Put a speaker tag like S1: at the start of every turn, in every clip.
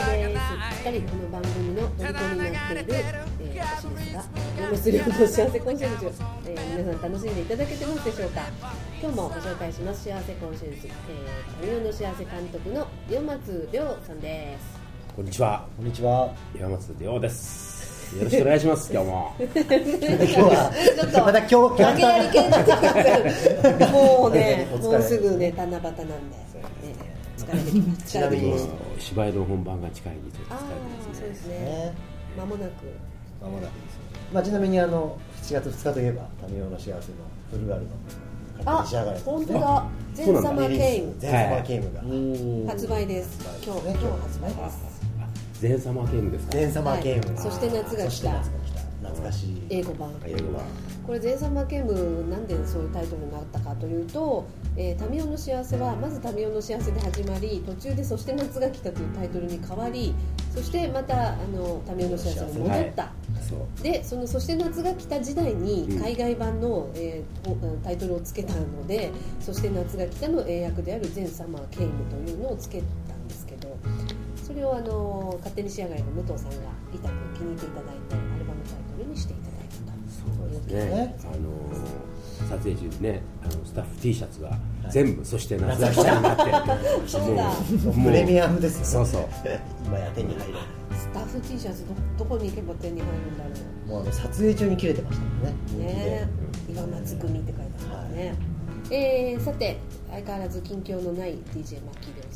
S1: ったりこの番組の虜になっている、えー、私ですが山本涼の幸せコンシェルジュ、えー皆さん楽しんでいただけてますでしょうか今日もご紹介します幸せコンシェルジュ、えー、谷尾の幸せ監督の与松涼さんです
S2: こんにちは
S3: こんにちは。
S2: 山松亮ですよろしくお願いしま す今日も
S3: 今日 は
S1: えちょっと
S3: また今日キャ
S1: 投
S3: ラク
S1: げ
S3: タ
S1: や
S3: ー
S1: り系になっちゃったもうね
S3: お疲
S1: も
S3: れ
S1: うすぐね七夕なんで、ね、疲れてきました
S3: ちなみに
S2: もう芝居の本番が近いんでちょっと
S1: ああ
S2: 疲
S1: そう
S2: れてま
S1: ですす
S2: ね
S1: ね
S3: ね。
S1: まもなく
S3: まもなくですね。まあちなみにあの7月2日といえば民謡の幸せのフルガルの
S1: あ
S3: 勝手に仕上がれ
S1: 本当だ全
S2: そうなんだ
S1: サマー
S3: リリ
S1: ケイ
S3: ー
S1: ン
S3: ス全サマーケイムが
S2: うん
S1: 発売です今日今日発売です
S2: あ前サマーゲームですか
S3: 全サマーケイ
S1: は
S3: ム
S1: い。そして夏が来た
S3: そして夏が来た。懐かしい。
S1: 英語版
S3: 英語版。
S1: これ前サマーケイムなんでそういうタイトルになったかというと「えー、タミオの幸せ」はまず「タミオの幸せ」で始まり途中で「そして夏が来た」というタイトルに変わりそしてまたあの「タミオの幸せ」に戻った、
S2: そう
S1: でそのそして夏が来た時代
S2: う
S1: に
S2: ん
S1: 海外版の、えーとタイトルをつけたのでそして夏が来たの英訳である「全サマーケイム」というのをつけたんですけどそれをあの勝手に仕上がりの武藤さんが委託気に入っていただいてアルバムタイトルにしていただいたと。
S2: そうですね
S3: ね
S2: あのー撮影中にねあのスタッフ T シャツが全部、そして夏が来たになって
S1: そうだ
S2: も
S3: プレミ
S2: ム
S3: アムですよ。
S2: そうそう。
S3: 今や手に入る。
S1: スタッフ T シャツどどこに行けば手に入るんだろ
S3: もうあの撮影中に切れてましたもんね。
S1: う
S3: 人気で
S1: ね岩松組って書いてあるからね、えーさて相変わらず近況のない DJ マッキーでござい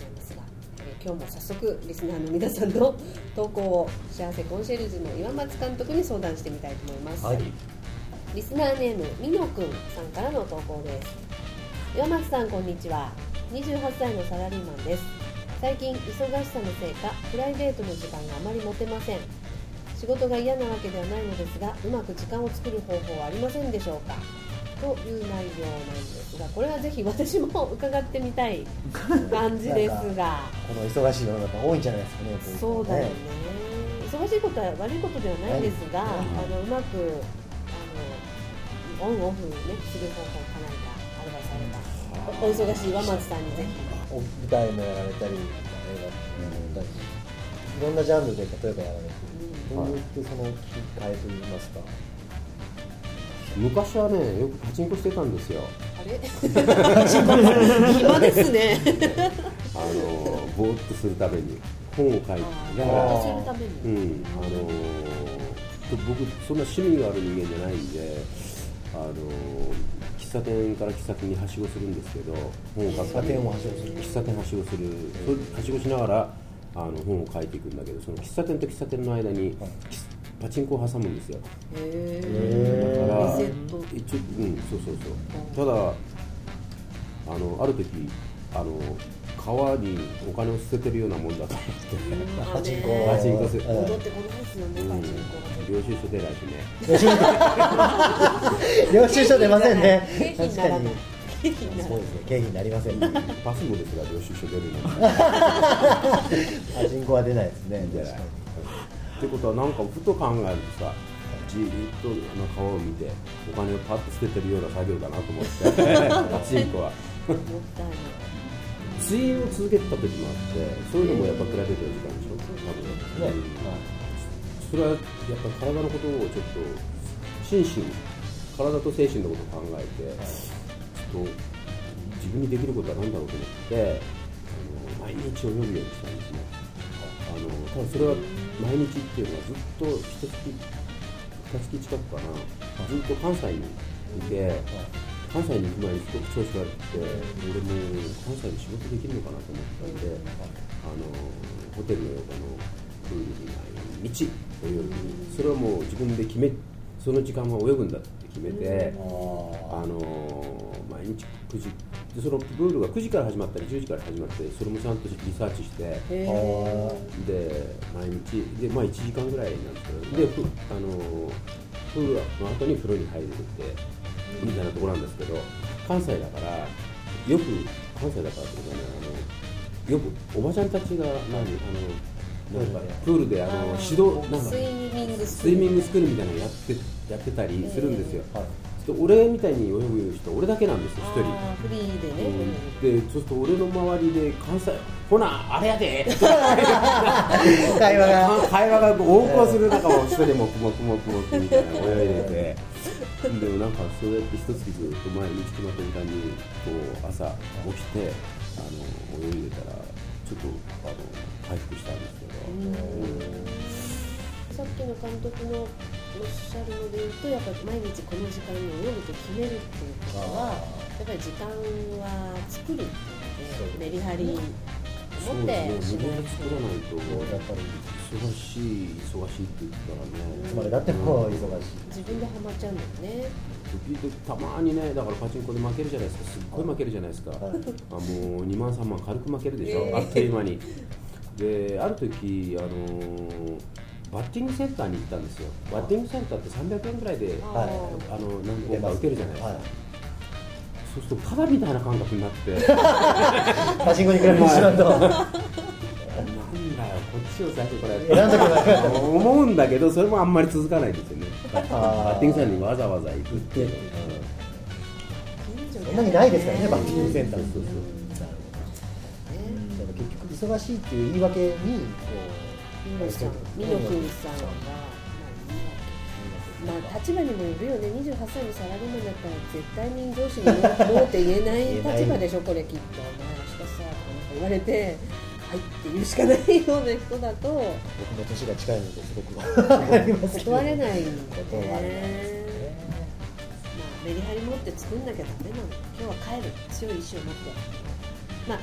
S1: ますが、えー今日も早速リスナーの皆さんの投稿を幸せコンシェルジュの岩松監督に相談してみたいと思います、
S3: はい。
S1: リスナーネームみのくんさんからの投稿です岩松さんこんにちは28歳のサラリーマンです最近忙しさのせいかプライベートの時間があまり持てません仕事が嫌なわけではないのですがうまく時間を作る方法はありませんでしょうかという内容なんですがこれはぜひ私も伺ってみたい感じですが
S3: この忙しい世の中多いんじゃないですかね。こいの
S1: そうだよね。忙しいことは悪いことではないんですが、
S3: はい
S1: あのうまくあのオンオフねする方法を叶えたアドバイスあればおお忙しい和松さんにぜひ
S3: お舞台もやられたり、映画もやられたり、いろんなジャンルで例えばやられて
S1: う
S3: る、どういってその切り替えといいますか、
S2: 昔はねよくパチンコしてたんですよ
S1: あ れ暇ですね
S2: あのーぼーっとするために本を書いてだから
S3: あー
S1: 私のために、
S2: うん、あのー僕そんな趣味がある人間じゃないんで、あのー喫茶店から喫茶店にはしごするんですけど本を書く
S3: 喫茶店をはしご
S2: 喫茶店はしごす
S3: する
S2: る、それはしごしながらあの本を書いていくんだけどその喫茶店と喫茶店の間に、
S3: はい
S2: きパチンコを挟むんですよ
S1: へ
S2: だ
S1: えリ
S2: から
S1: セット
S2: 一応うんそうそうそうただあのある時あの川にお金を捨ててるようなもんだと思って
S3: パチンコ
S2: パチンコする
S3: うん
S1: 戻ってこないですよね、
S2: うん
S1: パチンコが
S2: 領収書出ないしね
S3: 領収書出ませんね
S1: 景、品
S3: 確
S1: にな
S3: から
S1: な
S3: に
S1: い、景品にならない
S3: そうですね、経費になりませんね、
S2: パスもですが領収書出るの
S3: パチンコは出ないですね、
S2: 出ない
S3: 確かに
S2: ってことはなんかふと考えるとさじーっとあの川を見てお金をパッと捨ててるような作業だなと思ってパチンコは
S1: もったいない
S2: 水泳を続けてた時もあってそういうのもやっぱ比べてる時間でしょ多分
S3: ね
S2: それはやっぱ体のことをちょっと心身体と精神のことを考えて、ちょっと自分にできることは何だろうと思ってあの毎日泳ぐようにしたんですねあのただそれは毎日っていうのはずっと一月二月近くかなずっと関西にいて関西に行く前にすごく調子が悪くて俺も関西で仕事できるのかなと思ったんであのホテルの横のプールに毎日泳ぐそれはもう自分で決めその時間は泳ぐんだって決めて。
S3: あ
S2: あのー毎日9時でそのプールが9時から始まったり10時から始まってそれもちゃんとリサーチしてで
S1: へ
S3: ーあー
S2: 毎日で、まあ、1時間ぐらいなんですけどで、ふあのープールの後に風呂に入るってみたいなところなんですけど関西だからよく関西だからってことはねあのよくおばちゃんたちが何あのなんかプールであの指導なんか
S1: スイミングスク
S2: ス
S1: ー
S2: イ
S1: ル
S2: ミングスクールみたいなのやってやってたりするんですよ、
S3: はい
S2: で俺みたいに泳ぐ人俺だけなんですよ一人
S1: あーフリーでね、
S2: でそうすると俺の周りで関西ほなあれやで
S3: 会話が
S2: 会話が横行する中を一人でもくもくもくもくみたいな泳いでてでもなんかそうやって一月ずっと前に決まった時間にこう朝起きてあの泳いでたらちょっとあの回復したんですけ
S1: う
S2: ど、
S1: んさっきの監督のおっしゃるので言うとやっぱり毎日この時間に泳ぐと決めるっていうことはやっぱり時間は作るっていうのでメリハリを持って
S2: そうです
S1: し
S2: ね自
S1: ない
S2: 分で作らないと
S3: やっぱり
S2: 忙しい忙しいって言ってたらね
S3: つまりだってもう忙しい
S1: 自分でハマっちゃうんだよね
S2: 時々たまにねだからパチンコで負けるじゃないですかすっごい負けるじゃないですか、あも
S3: はい
S2: う2万3万軽く負けるでしょ、
S1: ええ
S2: あっという間にである時あのーバッティングセンターに行ったんですよバッティングセンターって300円ぐらいで
S1: あ
S3: はい
S1: ー
S2: あの何本か打てるじゃないですか、
S3: は
S2: そうすると肩みたいな感覚になって なんだよ
S3: パチンコに比べてしまうと
S2: こっちを最初からやって
S3: 選んだくない
S2: 思うんだけどそれもあんまり続かないんですよねバ
S3: あ
S2: ッティングセンターにわざわざ行くっていうのが
S1: 近所
S3: そ
S1: だよ
S3: んなにないですからねバッティングセンター
S2: そうそう
S3: なるほ
S1: ね
S3: どやっぱ結局忙しいっていう言い訳にこ
S1: ミ
S3: う
S1: ノさんミノ君さんがまあ立場にもよるよね28歳のサラリーマンだったら絶対に上司にノーって言えない
S3: 言えない
S1: 立場でしょこれきっとお前しかさなんか言われてはいって言うしかないような人だと
S3: 僕も年が近いのですごくわかりますけど
S1: 断れないんで
S3: 断れないです
S1: ね
S3: ね
S1: まあメリハリ持って作んなきゃダメなの今日は帰る強い意志を持ってまあ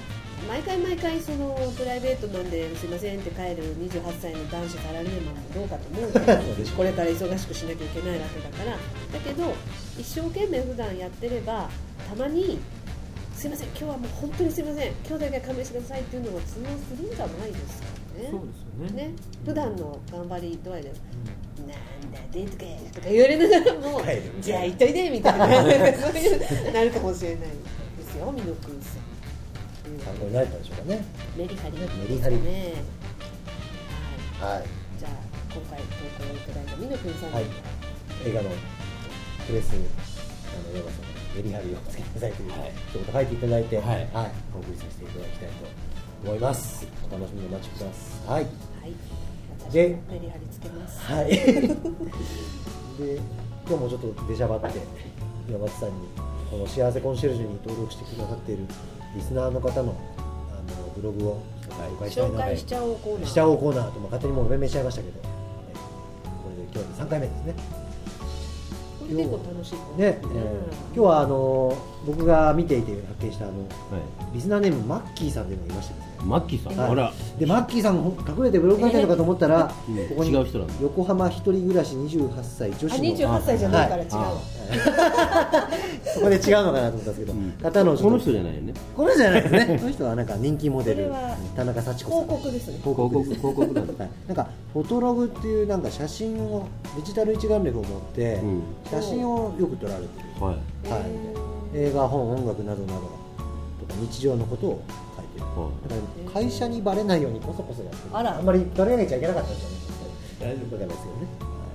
S1: 毎回毎回そのプライベートなんですいませんって帰る28歳の男子サラリーマンもどうかと思うけ ど
S3: そうでしょう
S1: これから忙しくしなきゃいけないわけだからだけど一生懸命普段やってればたまにすいません今日はもう本当にすいません今日だけは勘弁してくださいっていうのが通用するんじゃないですかね
S4: そうですよね。
S1: ね普段の頑張り度合いでなんだでとかとか言われながらも
S3: 帰るみたいな
S1: じゃあ行っといでみたいなそういうなるかもしれないですよミノ君さん、うん
S3: 参考になれたでしょうかね
S1: メリハリ
S3: メリハリ
S1: ねは
S3: はい
S1: いじゃあ今回投稿をいただいたミノ君さんに、
S3: はい映画のプレスにあのヨガさんのメリハリをつけてくださいという
S2: はい
S3: 一言書いていただいて、
S2: はい
S3: お送りさせていただきたいと思いますお楽しみにお待ちくださ
S1: は
S3: い
S1: い、私
S3: で
S1: もメリハリつけます
S3: はいで今日もちょっと出しゃばって岩松さんにこの幸せコンシェルジュに登録してくださっているリスナーの方のあのブログを紹介したい
S1: 紹
S3: な
S1: 介しちゃおうコーナー
S3: しちゃおうコーナーとも勝手にもう命名しちゃいましたけど、えこれで今日で3回目ですね
S1: これ結構楽しい
S3: ね、えー今日はあの僕が見ていて発見したあの
S2: は
S3: リスナーネームマッキーさんというのがいましてですね
S2: いマッキーさん、
S3: はい
S2: あら
S3: でマッキーさんの隠れてブログ書いてるのかと思ったら、
S2: うん
S3: ここに
S2: 違う人なんだ
S3: 横浜一人暮らし28歳女
S1: あ
S3: 子の
S1: 28歳じゃないから違
S3: は
S1: うわ、
S2: あ
S3: そこで違うのかなと思ったんですけど、
S2: うん
S3: 方の
S2: この人じゃないよね
S3: この人じゃな いですねこの人はなんか人気モデ
S1: それ
S3: ル
S1: は
S3: 田中幸子さん
S1: 広告ですね
S2: 広告
S3: です
S2: 広告なんだ
S3: はいなんかフォトログっていうなんか写真をデジタル一眼レフを持って、
S2: うん
S3: 写真をよく撮られてる
S2: はい
S3: はい
S1: え
S3: 映画本音楽などなどとか日常のことを書いてる
S2: は
S3: だから会社にバレないようにこそこそやってる
S1: あら
S3: んまり取り上げちゃいけなかったんじゃないですか大丈夫だからですよね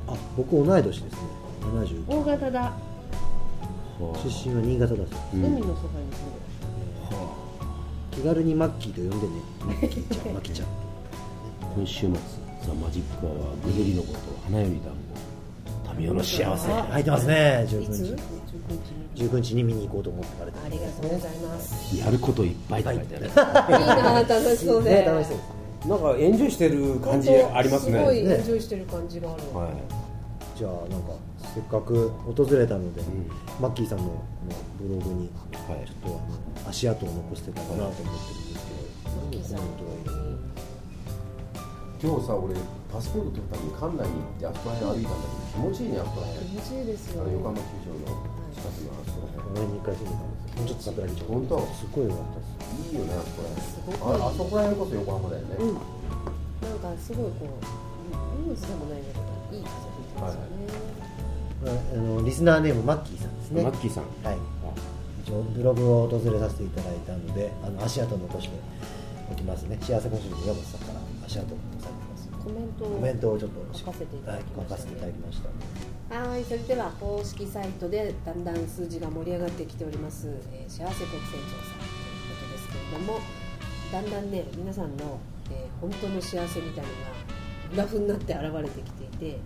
S3: あ僕同い年ですね
S1: ー大
S3: 79
S1: 型だ、
S2: いはあ
S3: 出身は新潟だそう
S2: うん
S1: 海のそばに住んでる
S3: 気軽にマッキーと呼ん でねマッキーちゃんマッキーちゃん
S2: 今週末ザ・マジックアワーグゼリのこと花より団子民生の幸せ
S1: あ
S3: 入ってますね
S1: いつ19
S3: 19日
S1: 日
S3: 19日に見に行こうと思ってかれて
S1: ありがとうございます
S2: やることいっぱい って書いてある、
S1: いいな楽しそうで
S3: 楽しそうですね
S2: なんかエンジョイしてる感じありますね
S1: すごいエンジョイしてる感じがあるわ、
S2: は
S3: じゃあなんかせっかく訪れたので、
S2: ん
S3: マッキーさんのこのブログに
S2: い、はい
S3: ちょっとあの足跡を残してたかなと思ってるんです
S1: キー
S3: け
S1: さ
S3: ど、
S1: ん
S3: 何のコメントがいいの
S2: 今日さ俺パスポート取った時館内に行ってあそこら辺歩いたんだけど気持ちいいねあそこら辺
S1: 気持ちいいです
S2: あ
S1: よ
S2: の
S1: ね
S2: 横浜球場の近くのあそこら
S3: この辺に一回住んでたんですけど、もうちょっと桜木町。
S2: 本当
S3: すごい良かったです。
S2: 辺いいよねあそこ
S1: ごく
S2: ら辺ああそこら辺こそ横浜だよね、
S1: うんなんかすごいこうルーズでもないんだけどいい風吹いてますよね、
S3: ああのリスナーネームマッキーさんですね。
S2: マ
S3: はい
S2: ッ。キーさん
S3: 一応ブログを訪れさせていただいたので、あの足跡を残しておきますね。幸せコンシェルジュの山本さんから足跡されてます
S1: コメント
S3: コ
S1: を
S3: メントをちょっと
S1: 書かせていただきま
S3: はい書
S1: したね
S3: かせていただきました
S1: はい、それでは公式サイトでだんだん数字が盛り上がってきております、えー幸せ国勢調査ということですけれどもだんだんね皆さんの、えー本当の幸せみたいなのがグラフになって現れてきていて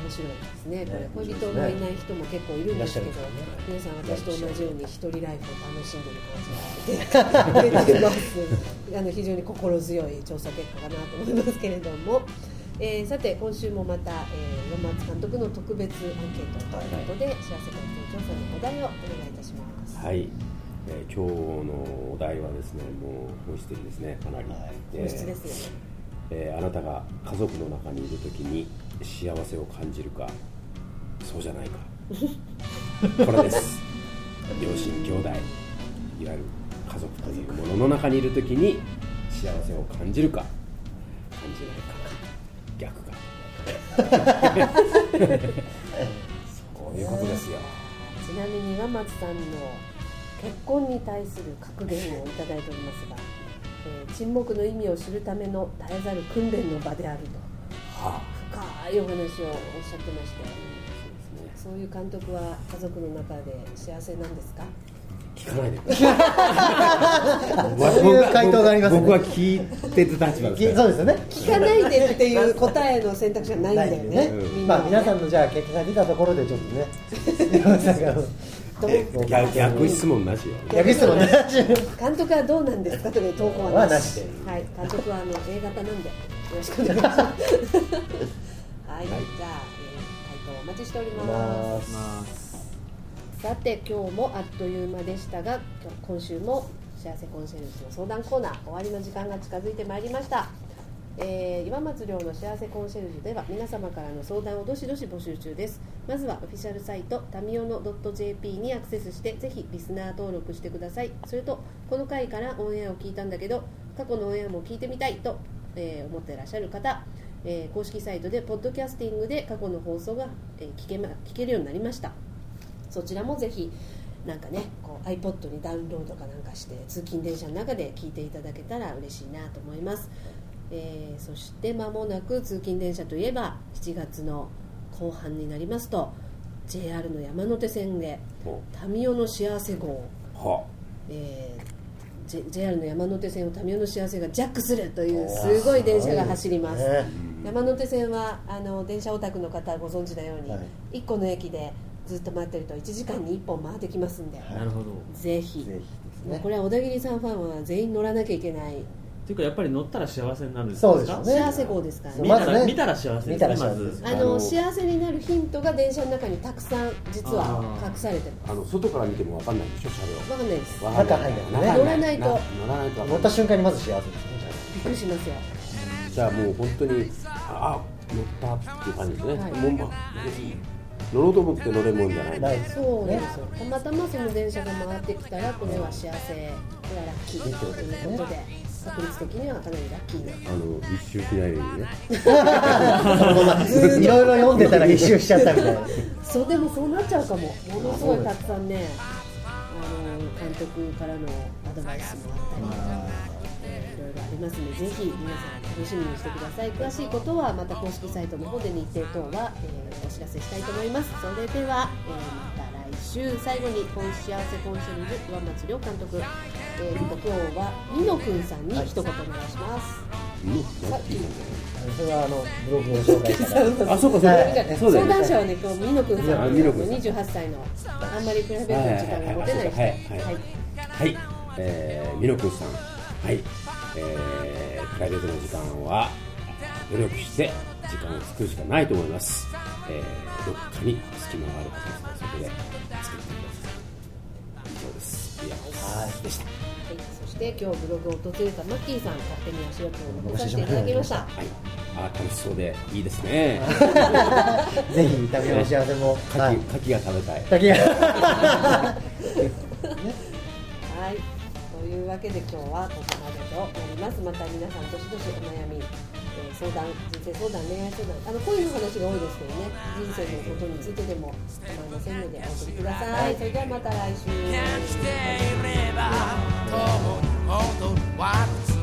S1: 面白いですねこれ恋
S3: ね
S1: 人がいない人も結構いるんですけど
S3: いらっしゃるんですね
S1: 皆さん私と同じように一人ライフを楽しんでる感じが出て出てますあの非常に心強い調査結果かなと思いますけれどもえーさて今週もまた、えー、山松監督の特別アンケートということで、幸せ関係調査のお題をお願いいたします。
S2: はい、えー今日のお題はですねもう本質的ですねかなり、
S3: はい
S2: えー
S1: 本質ですよね。
S2: えーあなたが家族の中にいる時に幸せを感じるかそうじゃない かこれです両親兄弟いわゆる家族というものの中にいる時に幸せを感じるか感じないか逆か そういうことですよ
S1: ちなみに岩松さんの結婚に対する格言をいただいておりますが、えー沈黙の意味を知るための絶えざる訓練の場であると
S2: はあ
S1: 深いお話をおっしゃってまして
S2: そうですね
S1: そういう監督は家族の中で幸せなんですか
S2: 聞かないでください
S3: そういう回答がありますね
S2: 僕は聞いてる立場ですから
S3: きそうですよね
S1: 聞かないでっていう答えの選択肢はないんだよね
S3: ない
S2: んだよね
S1: みんな
S3: まあ皆さんのじゃあ結果が出たところでちょっとね山下さんが
S1: どう
S2: え逆 逆質問なしよ
S3: 逆質問ね
S1: 監督はどうなんですかという投稿はな
S3: はな
S1: し
S3: し
S1: で
S3: で、
S1: はい、監督はあの A 型なんでよろしくお願いし ますはい、じゃあ、えー回答お待ちしております
S3: まあ
S1: さて今日もあっという間でしたが今日今週も幸せコンシェルジュの相談コーナー終わりの時間が近づいてまいりました、えー岩松亮の幸せコンシェルジュでは皆様からの相談をどしどし募集中ですまずはオフィシャルサイトタミオノ .jp にアクセスしてぜひリスナー登録してくださいそれとこの回からオンエアを聞いたんだけど過去のオンエアも聞いてみたいと、えー思ってらっしゃる方えー公式サイトでポッドキャスティングで過去の放送が、えー聞けま聞けるようになりましたそちらもぜひなんかねこう iPod にダウンロードかなんかして通勤電車の中で聞いていただけたら嬉しいなと思います、えーそして間もなく通勤電車といえば7月の後半になりますと JR の山手線で
S2: ほ
S1: 「民生の幸せ号
S2: うは」
S1: えー J- JR の山手線を民生の幸せがジャックするというすごい電車が走ります
S3: ね
S1: 山手線はあの電車オタクの方はご存知のように、
S3: は
S1: 1個の駅でずっと待ってると1時間に1本回ってきますんで、
S3: はい
S4: なるほど。
S1: ぜひ
S3: ぜひ
S1: も
S3: で
S1: う
S3: す
S1: こ
S3: ね
S1: れは小田切さんファンは全員乗らなきゃいけない
S4: というかやっぱり乗ったら幸せになるんですか。
S3: そうでしょうね
S1: 幸せ号ですから
S3: そう
S4: 見
S1: ね
S3: ま
S4: たら、
S3: ずね
S4: 見たら幸せで
S3: 見
S4: す
S3: たら
S4: ねま
S3: 幸せです
S4: ず。
S1: あ
S2: あ
S1: の
S2: の
S1: 幸せになるヒントが電車の中にたくさん実は隠されてま
S2: あの外から見ても分かんないでしょ車
S1: すわかんないです
S2: 両
S3: 中入んない
S2: 中
S1: 乗らないと
S2: 乗らないと分
S3: 乗
S2: かん
S3: った
S2: ない
S3: 瞬間にまず幸せですね
S1: びっくりしますよ
S2: じゃあもう本当にああ乗ったっていう感じですね、
S1: はい
S2: もうまあ別に乗ろうと思って乗れるもんじゃない
S3: ない
S1: そうなんですよたまたまその電車が回ってきたらこれは幸せこれはラッキーということで確率的にはかなりラッキーな
S2: あの一周しないようにね
S3: いろいろ読んでたら一周しちゃったみたいな
S1: そうでもそうなっちゃうかもものすごいたくさんねあの監督からのアドバイスもあったりいろいろありますのでぜひ皆さん楽しみにしてください詳しいことはまた公式サイトの方で日程等は、えーお知らせしたいと思いますそれでは、えーまた来週最後に「幸せコンシェルジュ」岩松亮監督、えー、今日は美野くんさんに一言お願いします、
S2: うんなってきたんじ
S3: それはあのブログを紹介したら
S2: ゃないあそうかそう
S3: は
S2: か、
S3: い
S2: そうだ
S1: 相
S2: よね
S1: 談者はね、今日、みのくんさ
S2: あ
S1: ん、
S2: みのくんさん
S1: 28歳の、あんまりプライベートの時間が持てない人、
S2: はいはいはいはいはい、えー、みのくんさん、はい、えー、プライベートの時間は努力して時間を作るしかないと思います。えー、どっかに隙間があるはずですので、そこで作ってください。以上です。いや、
S3: はい
S2: でした。
S1: はいそして今日ブログを訪れたマッキーさん、勝手に足を残させていただきました。
S2: はい、あー、楽しそうでいいですね。
S3: ぜひ旅の幸せも
S2: 牡
S3: はい
S2: 蠣、牡蠣が食べたい。
S3: 滝が
S1: はい、というわけで今日はここまでとなります。また皆さん、どしどしお悩み、えー相談、人生相談、恋愛相談、あの恋の話が多いですけどね、人生のことについてでも構いませんのでお送りください。それではまた来週。
S5: していれば「ともに踊るワルツ」